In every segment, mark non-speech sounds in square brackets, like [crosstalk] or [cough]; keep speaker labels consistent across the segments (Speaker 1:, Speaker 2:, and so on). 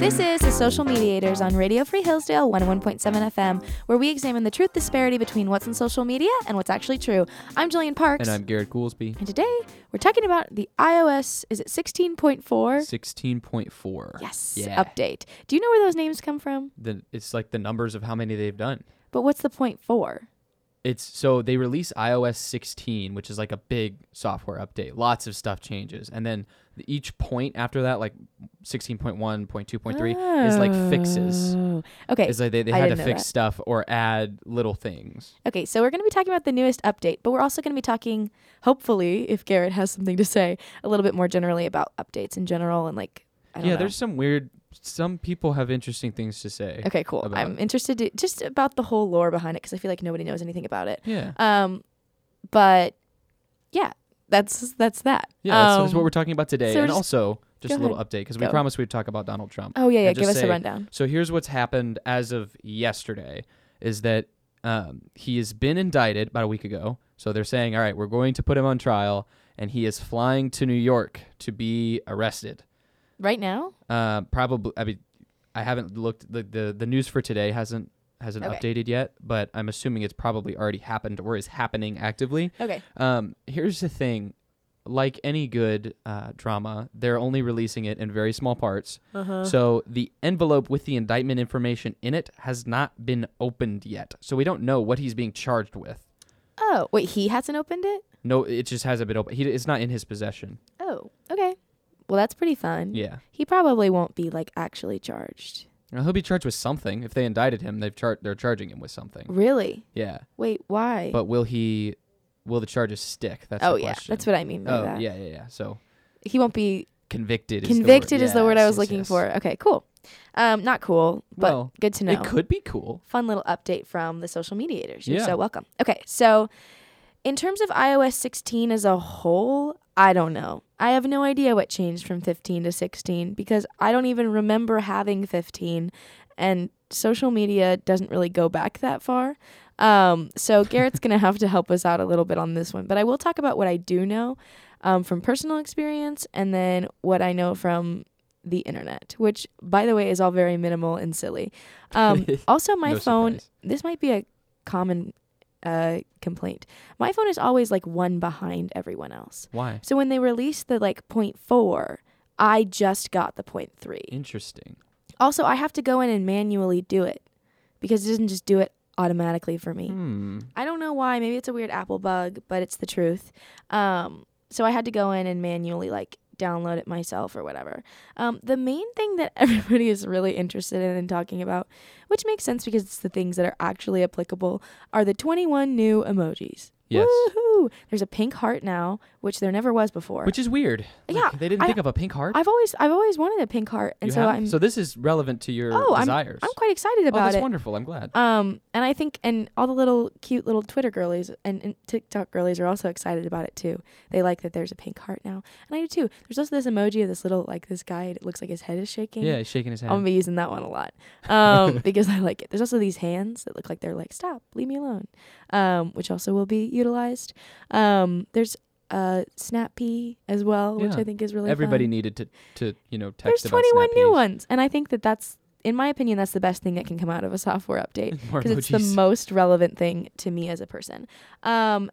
Speaker 1: This is The Social Mediators on Radio Free Hillsdale 101.7 FM, where we examine the truth disparity between what's in social media and what's actually true. I'm Jillian Parks.
Speaker 2: And I'm Garrett Goolsby.
Speaker 1: And today we're talking about the iOS, is it 16.4?
Speaker 2: 16.4.
Speaker 1: Yes,
Speaker 2: Yeah.
Speaker 1: update. Do you know where those names come from?
Speaker 2: The, it's like the numbers of how many they've done.
Speaker 1: But what's the point for?
Speaker 2: It's so they release iOS 16, which is like a big software update. Lots of stuff changes. And then each point after that, like 16.1, 0.2.3, is like fixes.
Speaker 1: Oh. Okay.
Speaker 2: It's like they, they
Speaker 1: I
Speaker 2: had to
Speaker 1: didn't know
Speaker 2: fix
Speaker 1: that.
Speaker 2: stuff or add little things.
Speaker 1: Okay, so we're going to be talking about the newest update, but we're also going to be talking, hopefully, if Garrett has something to say, a little bit more generally about updates in general and like. I don't
Speaker 2: Yeah,
Speaker 1: know.
Speaker 2: there's some weird. Some people have interesting things to say.
Speaker 1: Okay, cool.
Speaker 2: about
Speaker 1: I'm
Speaker 2: it.
Speaker 1: interested to, just about the whole lore behind it because I feel like nobody knows anything about it.
Speaker 2: Yeah.
Speaker 1: Um, but yeah, that's that's that.
Speaker 2: Yeah, that's,
Speaker 1: um,
Speaker 2: that's what we're talking about today.
Speaker 1: so
Speaker 2: and
Speaker 1: just-
Speaker 2: also, just
Speaker 1: go
Speaker 2: a little update because we
Speaker 1: Go.
Speaker 2: promised we'd talk about Donald Trump.
Speaker 1: Oh yeah, yeah.
Speaker 2: and
Speaker 1: Give
Speaker 2: just
Speaker 1: us
Speaker 2: say-
Speaker 1: a rundown.
Speaker 2: So here's what's happened as of yesterday is that um, he has been indicted about a week ago. So they're saying, all right, we're going to put him on trial, and he is flying to New York to be arrested.
Speaker 1: Right now,
Speaker 2: Uh, probably, I mean, I haven't looked the the, the news for today hasn't hasn't
Speaker 1: Okay.
Speaker 2: updated yet, but I'm assuming it's probably already happened or is happening actively.
Speaker 1: okay.
Speaker 2: Um, here's the thing. Like any good uh, drama, they're only releasing it in very small parts.
Speaker 1: Uh.
Speaker 2: So the envelope with the indictment information in it has not been opened yet. So we don't know what he's being charged with.
Speaker 1: Oh wait, he hasn't opened it.
Speaker 2: No, it just hasn't been opened. He, it's not in his possession.
Speaker 1: Oh, okay. Well, that's pretty fun.
Speaker 2: Yeah.
Speaker 1: He probably won't be like actually charged.
Speaker 2: Now, he'll be charged with something. If they indicted him, they've char- they're charging him with something.
Speaker 1: Really?
Speaker 2: Yeah.
Speaker 1: Wait, why?
Speaker 2: Mm. But will he? Will the charges stick? That's
Speaker 1: oh
Speaker 2: the
Speaker 1: yeah,
Speaker 2: question.
Speaker 1: that's what I mean by
Speaker 2: Oh
Speaker 1: that.
Speaker 2: yeah, yeah, yeah. So
Speaker 1: He won't be
Speaker 2: convicted.
Speaker 1: convicted
Speaker 2: is
Speaker 1: is the word I
Speaker 2: Yes,
Speaker 1: was
Speaker 2: yes,
Speaker 1: looking
Speaker 2: yes.
Speaker 1: for. Okay, cool. Um, not cool, but
Speaker 2: Well,
Speaker 1: good to know.
Speaker 2: It could be cool.
Speaker 1: fun little update from the social mediators. You're
Speaker 2: Yeah.
Speaker 1: so welcome. Okay, so in terms of iOS 16 as a whole, I don't know. I have no idea what changed from 15 to 16 because I don't even remember having 15, and social media doesn't really go back that far. Um, so Garrett's gonna have to help us out a little bit on this one, but I will talk about what I do know um, from personal experience and then what I know from the internet, which by the way is all very minimal and silly. Um, also, my
Speaker 2: No
Speaker 1: phone
Speaker 2: surprise.
Speaker 1: this might be a common uh, complaint. My phone is always like one behind everyone else.
Speaker 2: Why?
Speaker 1: So when they released the like point four, I just got the point
Speaker 2: Mm.
Speaker 1: three.
Speaker 2: Interesting.
Speaker 1: Also, I have to go in and manually do it because it doesn't just do it automatically for me.
Speaker 2: Hmm.
Speaker 1: I don't know why. Maybe it's a weird Apple bug, but it's the truth. Um, so I had to go in and manually like download it myself or whatever. Um, the main thing that [laughs] everybody is really interested in and talking about, which makes sense because it's the things that are actually applicable, are the 21 new emojis.
Speaker 2: Yes.
Speaker 1: Woohoo! There's a pink heart now, which there never was before.
Speaker 2: Which is weird. Like,
Speaker 1: Yeah,
Speaker 2: They didn't
Speaker 1: I-
Speaker 2: think of a pink heart.
Speaker 1: I've always I've always wanted a pink heart, and
Speaker 2: You
Speaker 1: so
Speaker 2: have?
Speaker 1: I'm
Speaker 2: so this is relevant to your
Speaker 1: oh I'm,
Speaker 2: desires.
Speaker 1: I'm quite excited
Speaker 2: oh,
Speaker 1: about
Speaker 2: that's
Speaker 1: it.
Speaker 2: wonderful. I'm glad.
Speaker 1: Um, and I think, and all the little cute little Twitter girlies and, and TikTok girlies are also excited about it too. They like that there's a pink heart now, and I do too. There's also this emoji of this little like this guy. It looks like his head is shaking.
Speaker 2: yeah, he's shaking his head.
Speaker 1: I'm gonna be using that one a lot um, [laughs] because I like it. There's also these hands that look like they're like stop, leave me alone, um, which also will be utilized. Um, there's uh, Snappy as well, which
Speaker 2: Yeah.
Speaker 1: I think is really
Speaker 2: Everybody
Speaker 1: fun.
Speaker 2: needed to, to you know, text
Speaker 1: There's
Speaker 2: about
Speaker 1: 21 new
Speaker 2: Snappies.
Speaker 1: ones, and I think that that's, in my opinion, that's the best thing that can come out of a software update
Speaker 2: [laughs] More
Speaker 1: because it's the
Speaker 2: emojis.
Speaker 1: most relevant thing to me as a person. Um,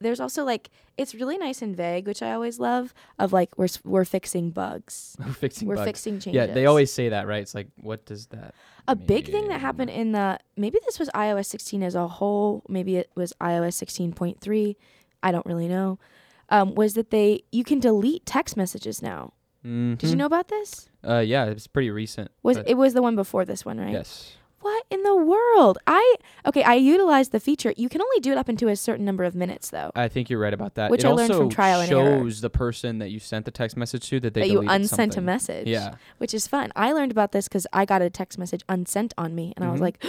Speaker 1: there's also like it's really nice and vague, which I always love. Of like we're s- we're fixing bugs,
Speaker 2: We're fixing
Speaker 1: we're
Speaker 2: bugs.
Speaker 1: fixing
Speaker 2: yeah,
Speaker 1: changes.
Speaker 2: they always say that, right? It's like, what does that?
Speaker 1: a big thing that
Speaker 2: mean?
Speaker 1: happened in the maybe this was iOS 16 as a whole. Maybe it was iOS 16.3. I don't really know. Um, was that they you can delete text messages now? Did you
Speaker 2: Mhm.
Speaker 1: know about this?
Speaker 2: Uh, yeah, it's pretty recent.
Speaker 1: Was
Speaker 2: but
Speaker 1: it was the one before this one, right?
Speaker 2: Yes.
Speaker 1: What in the world? I okay, I utilized the feature. You can only do it up into a certain number of minutes though.
Speaker 2: I think you're right about that.
Speaker 1: Which
Speaker 2: it
Speaker 1: I learned from
Speaker 2: also
Speaker 1: trial and error.
Speaker 2: shows the person that you sent the text message to that they
Speaker 1: That you
Speaker 2: deleted
Speaker 1: unsent a
Speaker 2: something.
Speaker 1: message.
Speaker 2: Yeah.
Speaker 1: Which is fun. I learned about this because I got a text message unsent on me and I was
Speaker 2: Mhm.
Speaker 1: like,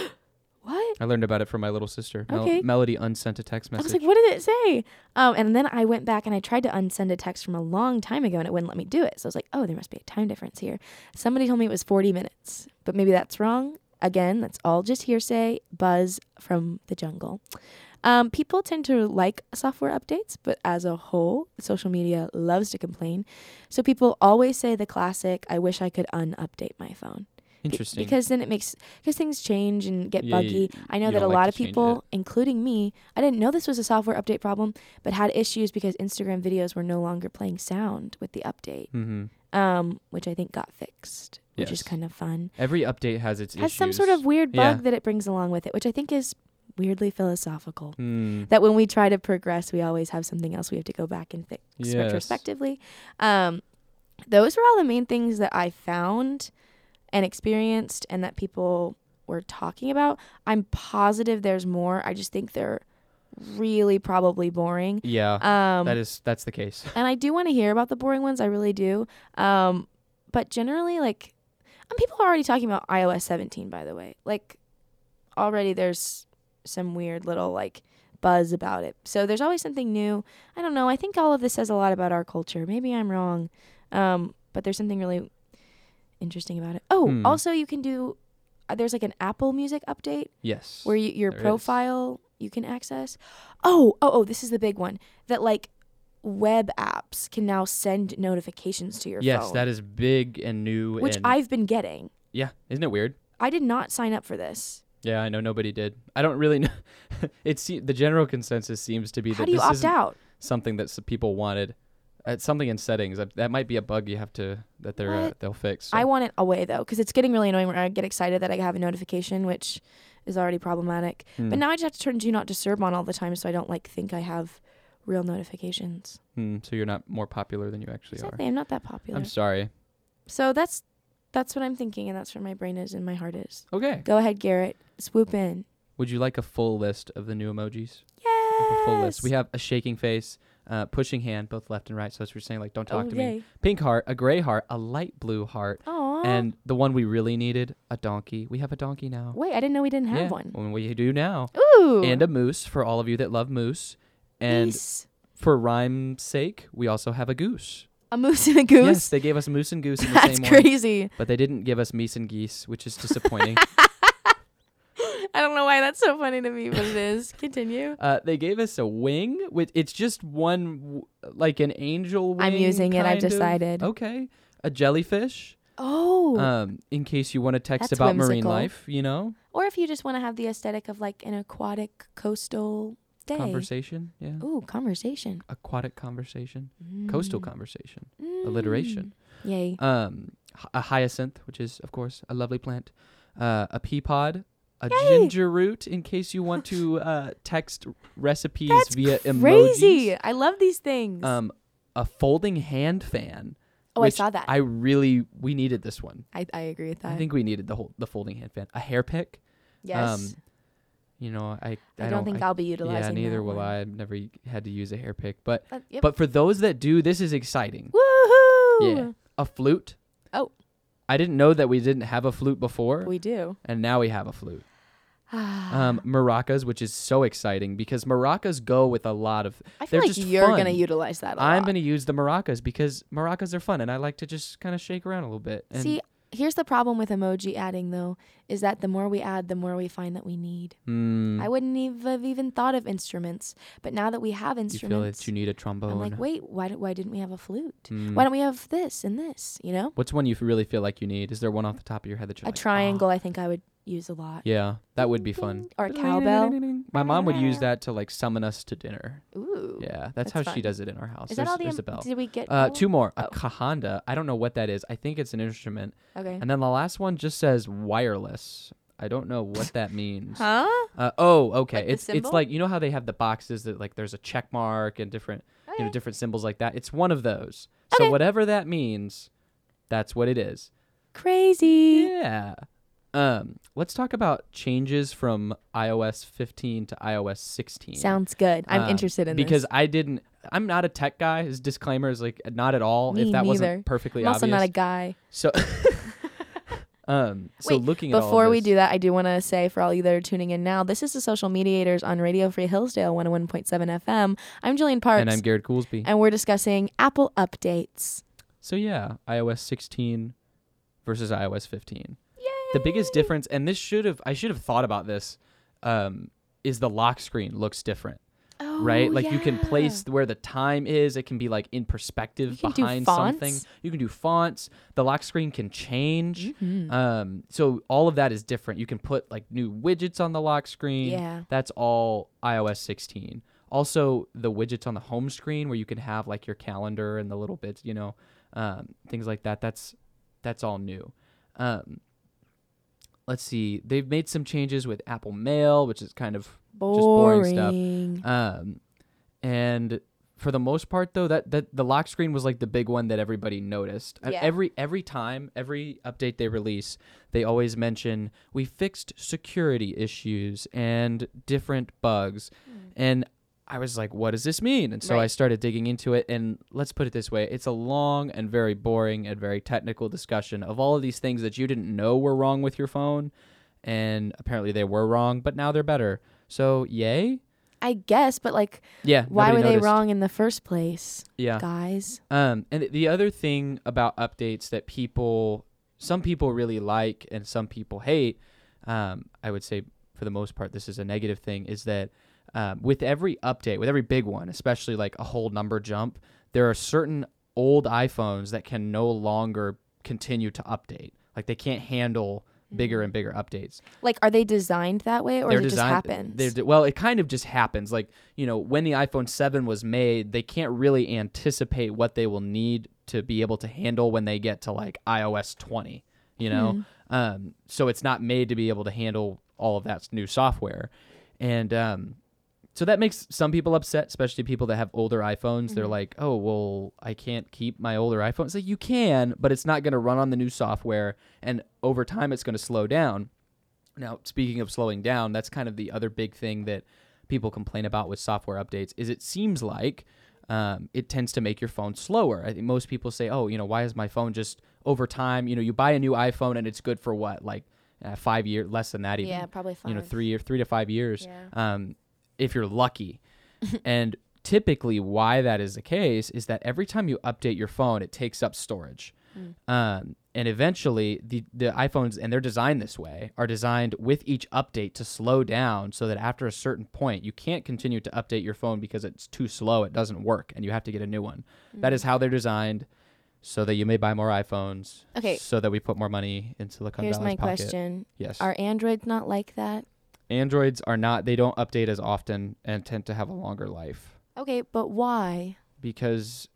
Speaker 1: What?
Speaker 2: I learned about it from my little sister. Mel-
Speaker 1: Okay.
Speaker 2: Melody unsent a text
Speaker 1: I
Speaker 2: message.
Speaker 1: was like, What did it say? Um, and then I went back and I tried to unsend a text from a long time ago and it wouldn't let me do it. So I was like, Oh, there must be a time difference here. Somebody told me it was forty minutes, but maybe that's wrong. Again, that's all just hearsay, buzz from the jungle. Um, people tend to like software updates, but as a whole, social media loves to complain. So people always say the classic, I wish I could unupdate my phone. Be-
Speaker 2: Interesting.
Speaker 1: Because then it makes because things change and get
Speaker 2: Yeah,
Speaker 1: buggy.
Speaker 2: y-
Speaker 1: I know
Speaker 2: you
Speaker 1: that a
Speaker 2: don't like
Speaker 1: lot
Speaker 2: to
Speaker 1: of
Speaker 2: change
Speaker 1: people, including me, I didn't know this was a software update problem, but had issues because Instagram videos were no longer playing sound with the update,
Speaker 2: mm-hmm.
Speaker 1: um, which I think got fixed, which is
Speaker 2: Yes.
Speaker 1: kind of fun.
Speaker 2: Every update has its
Speaker 1: Has
Speaker 2: issues.
Speaker 1: some sort of weird bug
Speaker 2: Yeah.
Speaker 1: that it brings along with it, which I think is weirdly philosophical.
Speaker 2: Mm.
Speaker 1: That when we try to progress, we always have something else we have to go back and fix
Speaker 2: Yes.
Speaker 1: retrospectively. Um, those were all the main things that I found and experienced and that people were talking about. I'm positive there's more. I just think they're really probably boring.
Speaker 2: Yeah,
Speaker 1: Um,
Speaker 2: that is that's the case.
Speaker 1: and I do want to hear about the boring ones. I really do. Um, but generally, like, and people are already talking about iOS 17, by the way. Like, already there's some weird little like buzz about it. So there's always something new. I don't know. I think all of this says a lot about our culture. Maybe I'm wrong. Um, but there's something really interesting about it. Oh,
Speaker 2: Hmm.
Speaker 1: also you can do. uh, There's like an Apple Music update
Speaker 2: Yes.
Speaker 1: where you, your
Speaker 2: There is.
Speaker 1: profile you can access. Oh, oh, oh, this is the big one that like web apps can now send notifications to your
Speaker 2: yes,
Speaker 1: phone.
Speaker 2: that is big and new.
Speaker 1: which
Speaker 2: and,
Speaker 1: I've been getting.
Speaker 2: yeah, isn't it weird?
Speaker 1: I did not sign up for this.
Speaker 2: Yeah, I know nobody did. I don't really [laughs] know. it se- the general consensus seems to be
Speaker 1: How
Speaker 2: that
Speaker 1: do you
Speaker 2: this
Speaker 1: opt
Speaker 2: isn't
Speaker 1: out?
Speaker 2: something that s- people wanted. It's something in settings that, that might be a bug you have to that they're uh,
Speaker 1: What?
Speaker 2: they'll fix.
Speaker 1: I
Speaker 2: so.
Speaker 1: want it away though, because it's getting really annoying where I get excited that I have a notification, which is already problematic. But
Speaker 2: Hmm.
Speaker 1: now I just have to turn do not disturb on all the time, so I don't like think I have real notifications.
Speaker 2: Hmm, so you're not more popular than you actually are.
Speaker 1: Exactly, I'm not that popular.
Speaker 2: I'm sorry.
Speaker 1: so that's that's what I'm thinking, and that's where my brain is and my heart is.
Speaker 2: Okay.
Speaker 1: Go ahead, Garrett. Swoop in.
Speaker 2: Would you like a full list of the new emojis?
Speaker 1: Yes.
Speaker 2: A full list. We have a shaking face, uh, pushing hand, both left and right. So that's what you're saying, like, don't talk to me. Pink heart, a gray heart, a light blue heart,
Speaker 1: Oh.
Speaker 2: and the one we really needed, a donkey. We have a donkey now.
Speaker 1: wait, I didn't know we didn't have
Speaker 2: yeah.
Speaker 1: one.
Speaker 2: Well, we do now.
Speaker 1: Ooh.
Speaker 2: And a moose for all of you that love moose. And
Speaker 1: Peace.
Speaker 2: for rhyme's sake, we also have a goose.
Speaker 1: a moose and a goose. [laughs]
Speaker 2: Yes, they gave us moose and goose in the
Speaker 1: That's
Speaker 2: same one.
Speaker 1: crazy.
Speaker 2: But they didn't give us meese and geese, which
Speaker 1: [laughs]
Speaker 2: is disappointing.
Speaker 1: I don't know why that's so funny to me, but it
Speaker 2: [laughs]
Speaker 1: is. Continue.
Speaker 2: Uh, they gave us a wing. With it's just one, w- like an angel wing.
Speaker 1: I'm using it. I've
Speaker 2: kind of. oh.
Speaker 1: decided.
Speaker 2: Okay, a jellyfish.
Speaker 1: Oh.
Speaker 2: Um, in case you want to text
Speaker 1: That's
Speaker 2: about marine
Speaker 1: whimsical.
Speaker 2: life, you know,
Speaker 1: or if you just want to have the aesthetic of like an aquatic coastal day.
Speaker 2: conversation. Yeah,
Speaker 1: Ooh, conversation.
Speaker 2: aquatic conversation, coastal
Speaker 1: Mm.
Speaker 2: conversation, alliteration.
Speaker 1: Mm. Yay.
Speaker 2: Um, h- a hyacinth, which is of course a lovely plant. Uh, a pea pod. A
Speaker 1: Yay!
Speaker 2: ginger root, in case you
Speaker 1: [laughs]
Speaker 2: want to uh, text recipes
Speaker 1: That's
Speaker 2: via
Speaker 1: crazy.
Speaker 2: emojis.
Speaker 1: I love these things.
Speaker 2: Um, a folding hand fan.
Speaker 1: oh, I
Speaker 2: which
Speaker 1: saw that. I,
Speaker 2: I really we needed this one.
Speaker 1: I, agree with that.
Speaker 2: I think we needed the whole the folding hand fan. A hair pick.
Speaker 1: yes.
Speaker 2: um, You know, I
Speaker 1: I, don't think I, will be utilizing
Speaker 2: yeah, neither
Speaker 1: that
Speaker 2: will
Speaker 1: one.
Speaker 2: I. I've never y- had to use a hair pick, but
Speaker 1: Uh, yep.
Speaker 2: but for those that do, this is exciting.
Speaker 1: Woohoo!
Speaker 2: Yeah. A flute.
Speaker 1: Oh.
Speaker 2: I didn't know that we didn't have a flute before,
Speaker 1: We do.
Speaker 2: and now we have a flute. [sighs] Um,
Speaker 1: um,
Speaker 2: maracas, which is so exciting because maracas go with a lot of.
Speaker 1: [sighs] I feel
Speaker 2: they're
Speaker 1: like
Speaker 2: just
Speaker 1: you're
Speaker 2: fun.
Speaker 1: gonna utilize that. A
Speaker 2: I'm
Speaker 1: lot.
Speaker 2: gonna use the maracas because maracas are fun, and I like to just kind of shake around a little bit. And,
Speaker 1: see. Here's the problem with emoji adding though, is that the more we add, the more we find that we need.
Speaker 2: Mm.
Speaker 1: I wouldn't even have even thought of instruments, but now that we have
Speaker 2: you feel
Speaker 1: instruments,
Speaker 2: that you need a trombone.
Speaker 1: I'm like, wait, why do, why didn't we have a flute?
Speaker 2: Mm.
Speaker 1: Why don't we have this and this? You know,
Speaker 2: What's one you f- really feel like you need? Is there one off the top of your head that you're
Speaker 1: a
Speaker 2: like, "Ah."
Speaker 1: triangle. I think I would use a lot.
Speaker 2: Yeah, that would be fun.
Speaker 1: Or a cowbell.
Speaker 2: My mom would
Speaker 1: [laughs]
Speaker 2: use that to like summon us to dinner.
Speaker 1: Ooh.
Speaker 2: Yeah, that's,
Speaker 1: That's
Speaker 2: how she
Speaker 1: fun.
Speaker 2: does it in our house.
Speaker 1: Is
Speaker 2: there's
Speaker 1: that all the?
Speaker 2: there's
Speaker 1: em-
Speaker 2: a bell.
Speaker 1: Did we get
Speaker 2: Uh,
Speaker 1: all?
Speaker 2: two more.
Speaker 1: Oh.
Speaker 2: A kahanda. I don't know what that is. I think it's an instrument.
Speaker 1: Okay.
Speaker 2: And then the last one just says wireless. I don't
Speaker 1: [laughs]
Speaker 2: know what that means.
Speaker 1: Huh?
Speaker 2: Uh, oh, okay.
Speaker 1: Like the
Speaker 2: it's it's
Speaker 1: symbol?
Speaker 2: like you know how they have the boxes that like there's a check mark and different you know
Speaker 1: Okay.
Speaker 2: different symbols like that. It's one of those.
Speaker 1: Oh, Okay.
Speaker 2: So whatever that means, that's what it is.
Speaker 1: Crazy.
Speaker 2: Yeah. Um, let's talk about changes from iOS 15 to iOS 16.
Speaker 1: Sounds good. I'm
Speaker 2: Um,
Speaker 1: interested in
Speaker 2: because
Speaker 1: this.
Speaker 2: I didn't. I'm not a tech guy. His disclaimer is like not at all.
Speaker 1: Me
Speaker 2: if that
Speaker 1: neither.
Speaker 2: wasn't perfectly
Speaker 1: I'm also
Speaker 2: obvious.
Speaker 1: not a guy.
Speaker 2: so. [laughs] um. So
Speaker 1: Wait,
Speaker 2: looking at all
Speaker 1: Before
Speaker 2: of
Speaker 1: we
Speaker 2: this-
Speaker 1: do that, I do want to say for all you that are tuning in now, this is the Social Mediators on Radio Free Hillsdale 101.7 FM. I'm Jillian Parks,
Speaker 2: and I'm Garrett Goolsby.
Speaker 1: and we're discussing Apple updates.
Speaker 2: So yeah, iOS 16 versus iOS 15.
Speaker 1: Yay!
Speaker 2: The biggest difference, and this should have I should have thought about this, um, is the lock screen looks different,
Speaker 1: Oh,
Speaker 2: right? Like you can
Speaker 1: yeah.
Speaker 2: place where the time is. It can be like in perspective
Speaker 1: You can do
Speaker 2: behind something.
Speaker 1: fonts.
Speaker 2: You can do fonts. The lock screen can change.
Speaker 1: Mm-hmm.
Speaker 2: Um, so all of that is different. You can put like new widgets on the lock screen.
Speaker 1: Yeah.
Speaker 2: That's all iOS 16. Also, the widgets on the home screen where you can have like your calendar and the little bits, you know, um, things like that. That's that's all new. Um, let's see. They've made some changes with Apple Mail, which is kind of boring stuff.
Speaker 1: Boring.
Speaker 2: um, and for the most part though that, that the lock screen was like the big one that everybody noticed Uh,
Speaker 1: Yeah.
Speaker 2: every every time every update they release they always mention we fixed security issues and different bugs and i was like what does this mean and so i
Speaker 1: Hmm. Right.
Speaker 2: started digging into it and let's put it this way it's a long and very boring and very technical discussion of all of these things that you didn't know were wrong with your phone and apparently they were wrong but now they're better so yay
Speaker 1: I guess, but like,
Speaker 2: yeah.
Speaker 1: why
Speaker 2: nobody
Speaker 1: were they
Speaker 2: noticed.
Speaker 1: wrong in the first place,
Speaker 2: Yeah.
Speaker 1: guys?
Speaker 2: Um, and the other thing about updates that people, some people really like and some people hate, um, I would say for the most part, this is a negative thing, is that um, with every update, with every big one, especially like a whole number jump, there are certain old iPhones that can no longer continue to update. Like they can't handle bigger
Speaker 1: Mm.
Speaker 2: and bigger updates.
Speaker 1: Like, are they designed that way, or
Speaker 2: They're
Speaker 1: does it just
Speaker 2: designed-
Speaker 1: happens?
Speaker 2: they're de- well, it kind of just happens. Like you know, when the iPhone Seven was made, they can't really anticipate what they will need to be able to handle when they get to like iOS twenty. You
Speaker 1: Hmm.
Speaker 2: know, um, so it's not made to be able to handle all of that new software, and um, so that makes some people upset, especially people that have older iPhones. They're like, "Oh, well, I can't keep my older iPhone." It's like you can, but it's not going to run on the new software, and over time, it's going to slow down. Now, speaking of slowing down, that's kind of the other big thing that people complain about with software updates. Is it seems like um, it tends to make your phone slower. I think most people say, "Oh, you know, why is my phone just over time?" You know, you buy a new iPhone and it's good for what, like uh, five years, less than that even
Speaker 1: yeah, probably five.
Speaker 2: you know three or three to five years
Speaker 1: Yeah.
Speaker 2: um, if you're
Speaker 1: [laughs]
Speaker 2: lucky and typically why that is the case is that every time you update your phone it takes up storage
Speaker 1: Mm.
Speaker 2: um, and eventually the, the iphones and they're designed this way are designed with each update to slow down so that after a certain point you can't continue to update your phone because it's too slow it doesn't work and you have to get a new one that
Speaker 1: Mm.
Speaker 2: is how they're designed so that you may buy more iPhones.
Speaker 1: Okay.
Speaker 2: So that we put more money into Silicon
Speaker 1: Here's my
Speaker 2: Valley's pocket.
Speaker 1: question:
Speaker 2: Yes.
Speaker 1: Are androids not like that?
Speaker 2: Androids are not they don't update as often and tend to have a longer life
Speaker 1: Okay, but why?
Speaker 2: because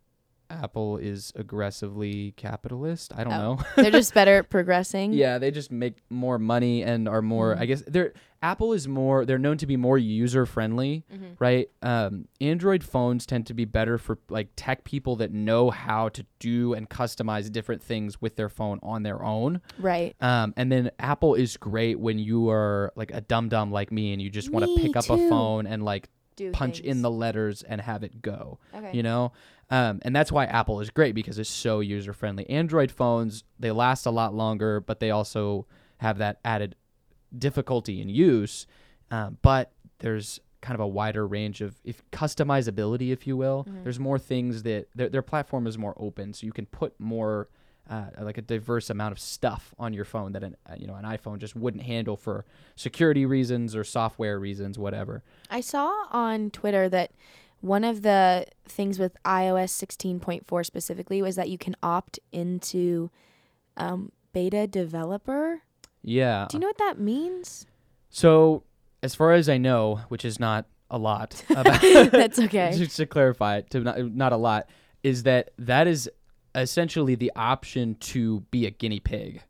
Speaker 2: Apple is aggressively capitalist. I don't
Speaker 1: Oh.
Speaker 2: know.
Speaker 1: [laughs] They're just better at progressing.
Speaker 2: [laughs] yeah, they just make more money and are more
Speaker 1: Mm-hmm.
Speaker 2: I guess they're Apple is more they're known to be more user friendly,
Speaker 1: Mm-hmm.
Speaker 2: right? Um Android phones tend to be better for like tech people that know how to do and customize different things with their phone on their own.
Speaker 1: Right.
Speaker 2: Um, and then Apple is great when you are like a dum dum like me and you just want
Speaker 1: Me
Speaker 2: to pick up
Speaker 1: too.
Speaker 2: a phone and like
Speaker 1: Do
Speaker 2: punch in
Speaker 1: things.
Speaker 2: the letters and have it go.
Speaker 1: Okay.
Speaker 2: You know? Um, and that's why Apple is great because it's so user friendly. Android phones, they last a lot longer, but they also have that added difficulty in use. Um, but there's kind of a wider range of if customizability, if you will.
Speaker 1: Mm-hmm.
Speaker 2: There's more things that their, their platform is more open, so you can put more uh, like a diverse amount of stuff on your phone that an uh, you know an iPhone just wouldn't handle for security reasons or software reasons, whatever.
Speaker 1: I saw on Twitter that one of the things with iOS 16.4 specifically was that you can opt into um, beta developer.
Speaker 2: Yeah.
Speaker 1: Do you know what that
Speaker 2: [laughs]
Speaker 1: means?
Speaker 2: So, as far as I know, which is not
Speaker 1: [laughs]
Speaker 2: a lot, about,
Speaker 1: That's okay.
Speaker 2: [laughs] just to clarify, to not, not a lot, is that that is essentially the option to be a guinea pig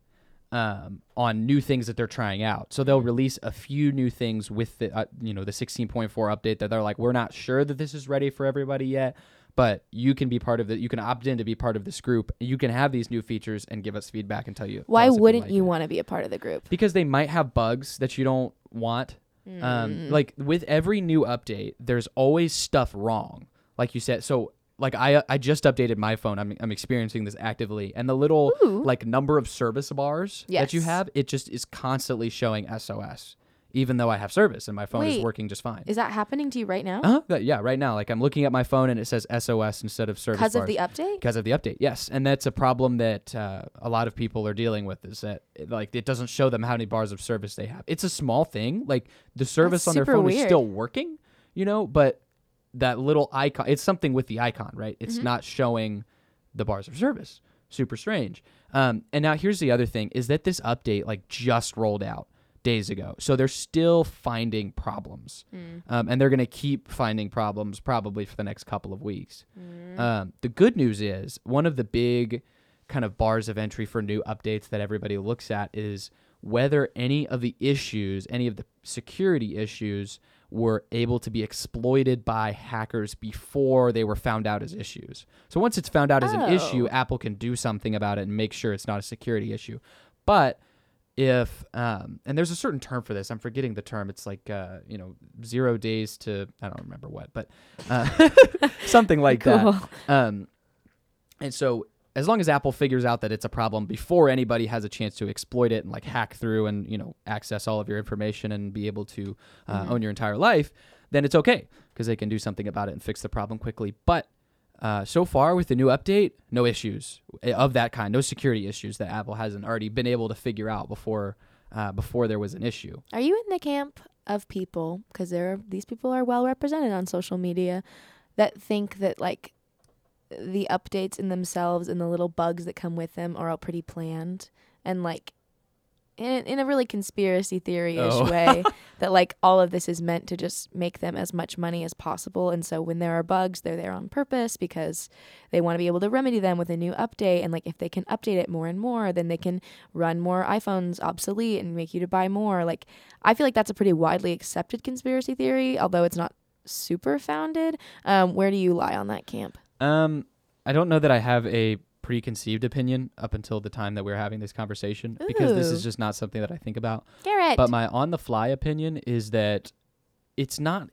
Speaker 2: um, on new things that they're trying out. So
Speaker 1: Mm-hmm.
Speaker 2: they'll release a few new things with the uh, you know the 16.4 update that they're like, we're not sure that this is ready for everybody yet. But you can be part of the. You can opt in to be part of this group. You can have these new features and give us feedback and tell you. tell
Speaker 1: Why
Speaker 2: us if
Speaker 1: wouldn't
Speaker 2: like
Speaker 1: you
Speaker 2: it
Speaker 1: want to be a part of the group?
Speaker 2: because they might have bugs that you don't want.
Speaker 1: Mm.
Speaker 2: Um, like with every new update, there's always stuff wrong. Like you said, so like I I just updated my phone. I'm I'm experiencing this actively, and the little like number of service bars that you
Speaker 1: Yes.
Speaker 2: have, it just is constantly showing SOS. even though I have service and my phone is
Speaker 1: Wait.
Speaker 2: working just fine.
Speaker 1: Is that happening to you right now?
Speaker 2: Uh-huh. That- Yeah, right now, like I'm looking at my phone and it says SOS instead of service
Speaker 1: Because of
Speaker 2: bars.
Speaker 1: the update?
Speaker 2: because of the update, yes, and that's a problem that uh, a lot of people are dealing with. Is that like it doesn't show them how many bars of service they have? It's a small thing, like the service on their
Speaker 1: super
Speaker 2: phone is
Speaker 1: weird.
Speaker 2: still working, you know. But that little icon—it's something with the icon, right? It's
Speaker 1: Mm-hmm.
Speaker 2: not showing the bars of service. Super strange. Um, and now here's the other thing: is that this update like just rolled out days ago, so they're still finding problems, um, and they're going to keep finding problems probably for the next couple of weeks. Um, the good news is one of the big kind of bars of entry for new updates that everybody looks at is whether any of the issues, any of the security issues, were able to be exploited by hackers before they were found out as issues. So once it's found out as an issue, Apple can do something about it and make sure it's not a security issue. But if um, and there's a certain term for this, I'm forgetting the term. It's like uh, you know zero days to I don't remember what, but uh, [laughs] something like that. Um, and so as long as Apple figures out that it's a problem before anybody has a chance to exploit it and like hack through and you know access all of your information and be able to uh, own your entire life, then it's okay because they can do something about it and fix the problem quickly. But uh, so far with the new update, no issues eh, of that kind, no security issues that Apple hasn't already been able to figure out before uh, before there was an issue.
Speaker 1: Are you in the camp of people because there are, these people are well represented on social media that think that like the updates in themselves and the little bugs that come with them are all pretty planned and like in, in a really conspiracy theory-ish
Speaker 2: Oh.
Speaker 1: way that like all of this is meant to just make them as much money as possible and so when there are bugs they're there on purpose because they want to be able to remedy them with a new update and like if they can update it more and more then they can run more iPhones obsolete and make you to buy more like I feel like that's a pretty widely accepted conspiracy theory although it's not super founded um, where do you lie on that camp
Speaker 2: Um, I don't know that I have a preconceived opinion up until the time that we're having this conversation because this is
Speaker 1: Ooh.
Speaker 2: just not something that I think about.
Speaker 1: Garrett
Speaker 2: But my on the fly opinion is that it's not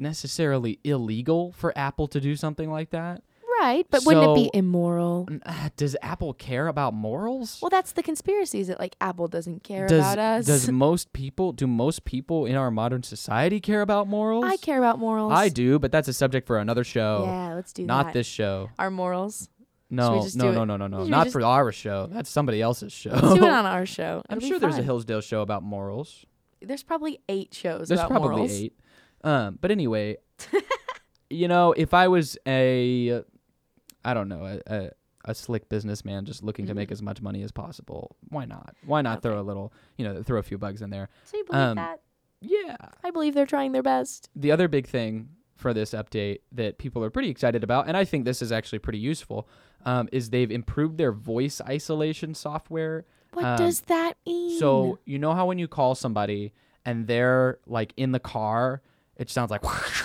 Speaker 2: necessarily illegal for Apple to do something like that.
Speaker 1: right but wouldn't it be
Speaker 2: So-
Speaker 1: immoral
Speaker 2: N- uh, Does Apple care about morals?
Speaker 1: well that's the conspiracies that like Apple doesn't care
Speaker 2: does,
Speaker 1: about us [laughs]
Speaker 2: Does most people do most people in our modern society care about morals?
Speaker 1: I care about morals
Speaker 2: I do, but that's a subject for another show.
Speaker 1: yeah let's do
Speaker 2: not
Speaker 1: that
Speaker 2: this show.
Speaker 1: our morals
Speaker 2: [laughs] No,
Speaker 1: just
Speaker 2: no,
Speaker 1: do
Speaker 2: no,
Speaker 1: it-
Speaker 2: no, no, no.
Speaker 1: should we
Speaker 2: Not
Speaker 1: just-
Speaker 2: for our show. That's somebody else's show.
Speaker 1: Let's do it on our show.
Speaker 2: I'm
Speaker 1: It'll be
Speaker 2: sure there's a
Speaker 1: fun.
Speaker 2: Hillsdale show about morals.
Speaker 1: There's probably eight shows
Speaker 2: There's
Speaker 1: about
Speaker 2: probably
Speaker 1: morals.
Speaker 2: eight. Um,
Speaker 1: [laughs]
Speaker 2: but anyway, you know, if I was a, I don't know, a, a, a slick businessman just looking to
Speaker 1: Mm-hmm.
Speaker 2: make as much money as possible, why not? Why not throw a little, you know, throw a few bugs in there?
Speaker 1: So you believe
Speaker 2: Um,
Speaker 1: that?
Speaker 2: Yeah.
Speaker 1: I believe they're trying their best.
Speaker 2: The other big thing for this update that people are pretty excited about, and I think this is actually pretty useful, um, is they've improved their voice isolation software.
Speaker 1: What
Speaker 2: Um,
Speaker 1: does that mean?
Speaker 2: So you know how when you call somebody and they're like in the car, it sounds like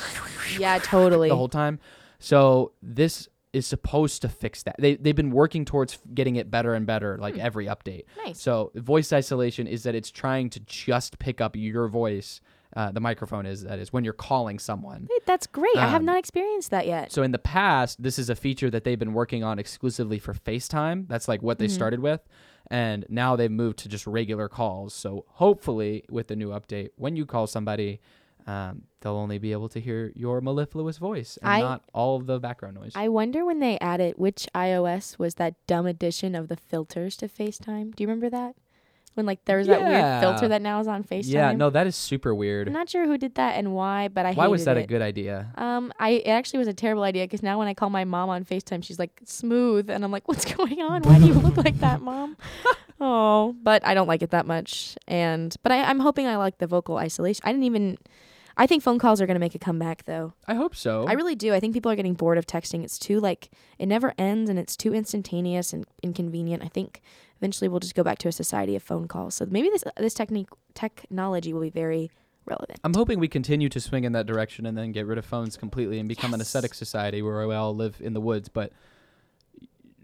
Speaker 2: [laughs]
Speaker 1: yeah, totally.
Speaker 2: the whole time. So this is supposed to fix that. They they've been working towards getting it better and better like every update.
Speaker 1: Hmm. Nice.
Speaker 2: So voice isolation is that it's trying to just pick up your voice. Uh, the microphone is that is when you're calling someone.
Speaker 1: Wait, that's great. I have
Speaker 2: Um,
Speaker 1: not experienced that yet.
Speaker 2: So in the past, this is a feature that they've been working on exclusively for FaceTime. That's like what they
Speaker 1: Mm-hmm.
Speaker 2: started with. And now they've moved to just regular calls. So hopefully, with the new update, when you call somebody, um, they'll only be able to hear your mellifluous voice and
Speaker 1: I-
Speaker 2: not all of the background noise.
Speaker 1: I wonder when they added which iOS was that dumb addition of the filters to FaceTime. Do you remember that? When like there was that
Speaker 2: Yeah.
Speaker 1: weird filter that now is on FaceTime.
Speaker 2: yeah, no, that is super weird.
Speaker 1: I'm not sure who did that and why, but I
Speaker 2: Why was
Speaker 1: hated
Speaker 2: that
Speaker 1: it.
Speaker 2: a good idea?
Speaker 1: Um, I it actually was a terrible idea because now when I call my mom on Facetime, she's like smooth, and I'm like, "What's going on? Why do you look like that,
Speaker 2: [laughs]
Speaker 1: mom?" oh, but I don't like it that much, and but I, I'm hoping I like the vocal isolation. I didn't even. I think phone calls are gonna make a comeback, though.
Speaker 2: I hope so.
Speaker 1: I really do. I think people are getting bored of texting. It's too like it never ends, and it's too instantaneous and inconvenient. I think eventually we'll just go back to a society of phone calls. So maybe this this technique technology will be very relevant.
Speaker 2: I'm hoping we continue to swing in that direction and then get rid of phones completely and become an
Speaker 1: Yes.
Speaker 2: ascetic society where we all live in the woods, but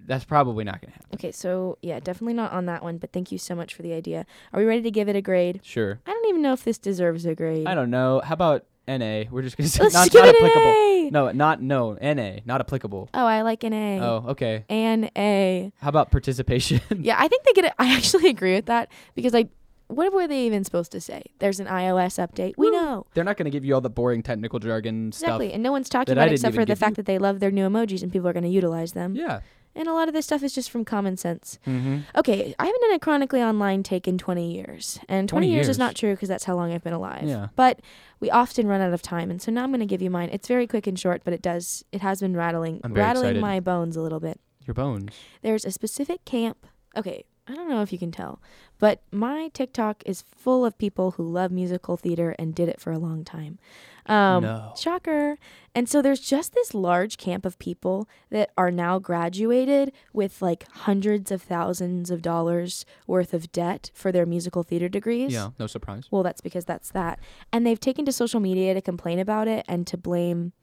Speaker 2: that's probably not going to happen.
Speaker 1: Okay, so yeah, definitely not on that one, but thank you so much for the idea. Are we ready to give it a grade?
Speaker 2: Sure.
Speaker 1: I don't even know if this deserves a grade.
Speaker 2: I don't know. How about NA? We're just gonna
Speaker 1: [laughs]
Speaker 2: say
Speaker 1: Let's
Speaker 2: not,
Speaker 1: just give
Speaker 2: not
Speaker 1: it
Speaker 2: applicable.
Speaker 1: an A.
Speaker 2: No, not no NA, not applicable.
Speaker 1: Oh, I like an A.
Speaker 2: Oh, okay.
Speaker 1: An A.
Speaker 2: How about participation?
Speaker 1: [laughs] Yeah, I think they get it. I actually agree with that because I what were they even supposed to say? There's an iOS update. We know.
Speaker 2: They're not going to give you all the boring technical jargon
Speaker 1: Exactly.
Speaker 2: stuff.
Speaker 1: And no one's talking
Speaker 2: that I
Speaker 1: about it
Speaker 2: didn't
Speaker 1: except for
Speaker 2: even
Speaker 1: the
Speaker 2: give
Speaker 1: fact
Speaker 2: you.
Speaker 1: that they love their new emojis and people are going to utilize them.
Speaker 2: Yeah.
Speaker 1: And a lot of this stuff is just from common sense.
Speaker 2: Mm-hmm.
Speaker 1: Okay, I haven't done a chronically online take in 20 years. And 20,
Speaker 2: 20
Speaker 1: years, is
Speaker 2: years?
Speaker 1: not true because that's how long I've been alive.
Speaker 2: Yeah.
Speaker 1: But we often run out of time. And so now I'm going to give you mine. It's very quick and short, but it does, it has been rattling,
Speaker 2: I'm very
Speaker 1: rattling
Speaker 2: excited.
Speaker 1: my bones a little bit.
Speaker 2: Your bones.
Speaker 1: There's a specific camp. Okay, I don't know if you can tell, but my TikTok is full of people who love musical theater and did it for a long time. Um,
Speaker 2: No.
Speaker 1: Shocker. And so there's just this large camp of people that are now graduated with like hundreds of thousands of dollars worth of debt for their musical theater degrees.
Speaker 2: Yeah. No surprise.
Speaker 1: Well, that's because that's that. And they've taken to social media to complain about it and to blame.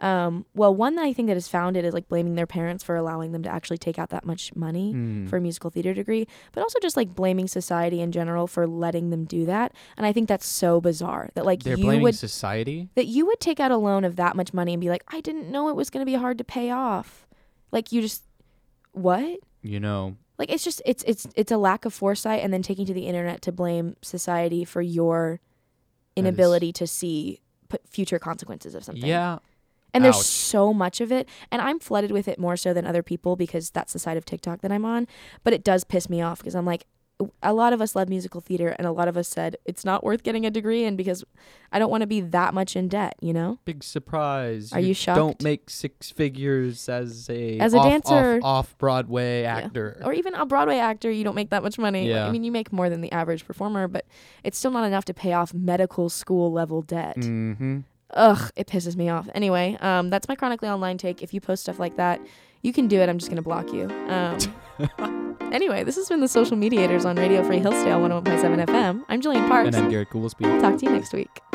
Speaker 1: Um, well, one that I think that is founded is like blaming their parents for allowing them to actually take out that much money
Speaker 2: Mm.
Speaker 1: for a musical theater degree, but also just like blaming society in general for letting them do that. And I think that's so bizarre that like
Speaker 2: They're
Speaker 1: you
Speaker 2: blaming
Speaker 1: would
Speaker 2: society.
Speaker 1: that you would take out a loan of that much money and be like, I didn't know it was going to be hard to pay off. Like you just what?
Speaker 2: You know.
Speaker 1: like it's just it's it's it's a lack of foresight and then taking to the internet to blame society for your
Speaker 2: That is-
Speaker 1: inability to see p- future consequences of something
Speaker 2: Yeah.
Speaker 1: and there's
Speaker 2: ouch.
Speaker 1: so much of it and i'm flooded with it more so than other people because that's the side of tiktok that i'm on but it does piss me off because i'm like a lot of us love musical theater and a lot of us said it's not worth getting a degree in because i don't want to be that much in debt you know
Speaker 2: Big surprise.
Speaker 1: Are you shocked?
Speaker 2: Don't make six figures as a
Speaker 1: As a
Speaker 2: off,
Speaker 1: dancer.
Speaker 2: off Broadway actor.
Speaker 1: or even a Broadway actor, you don't make that much money. Like, I
Speaker 2: Yeah.
Speaker 1: mean, you make more than the average performer, but it's still not enough to pay off medical school level debt.
Speaker 2: Mm-hmm.
Speaker 1: Ugh, it pisses me off. Anyway, um, that's my chronically online take. If you post stuff like that, you can do it. I'm just gonna block you. Um,
Speaker 2: [laughs]
Speaker 1: anyway, this has been the oh Social Mediators on Radio Free Hillsdale 101.7 FM. I'm Jillian Parks.
Speaker 2: And I'm Garrett Goolsby.
Speaker 1: Talk to you next week.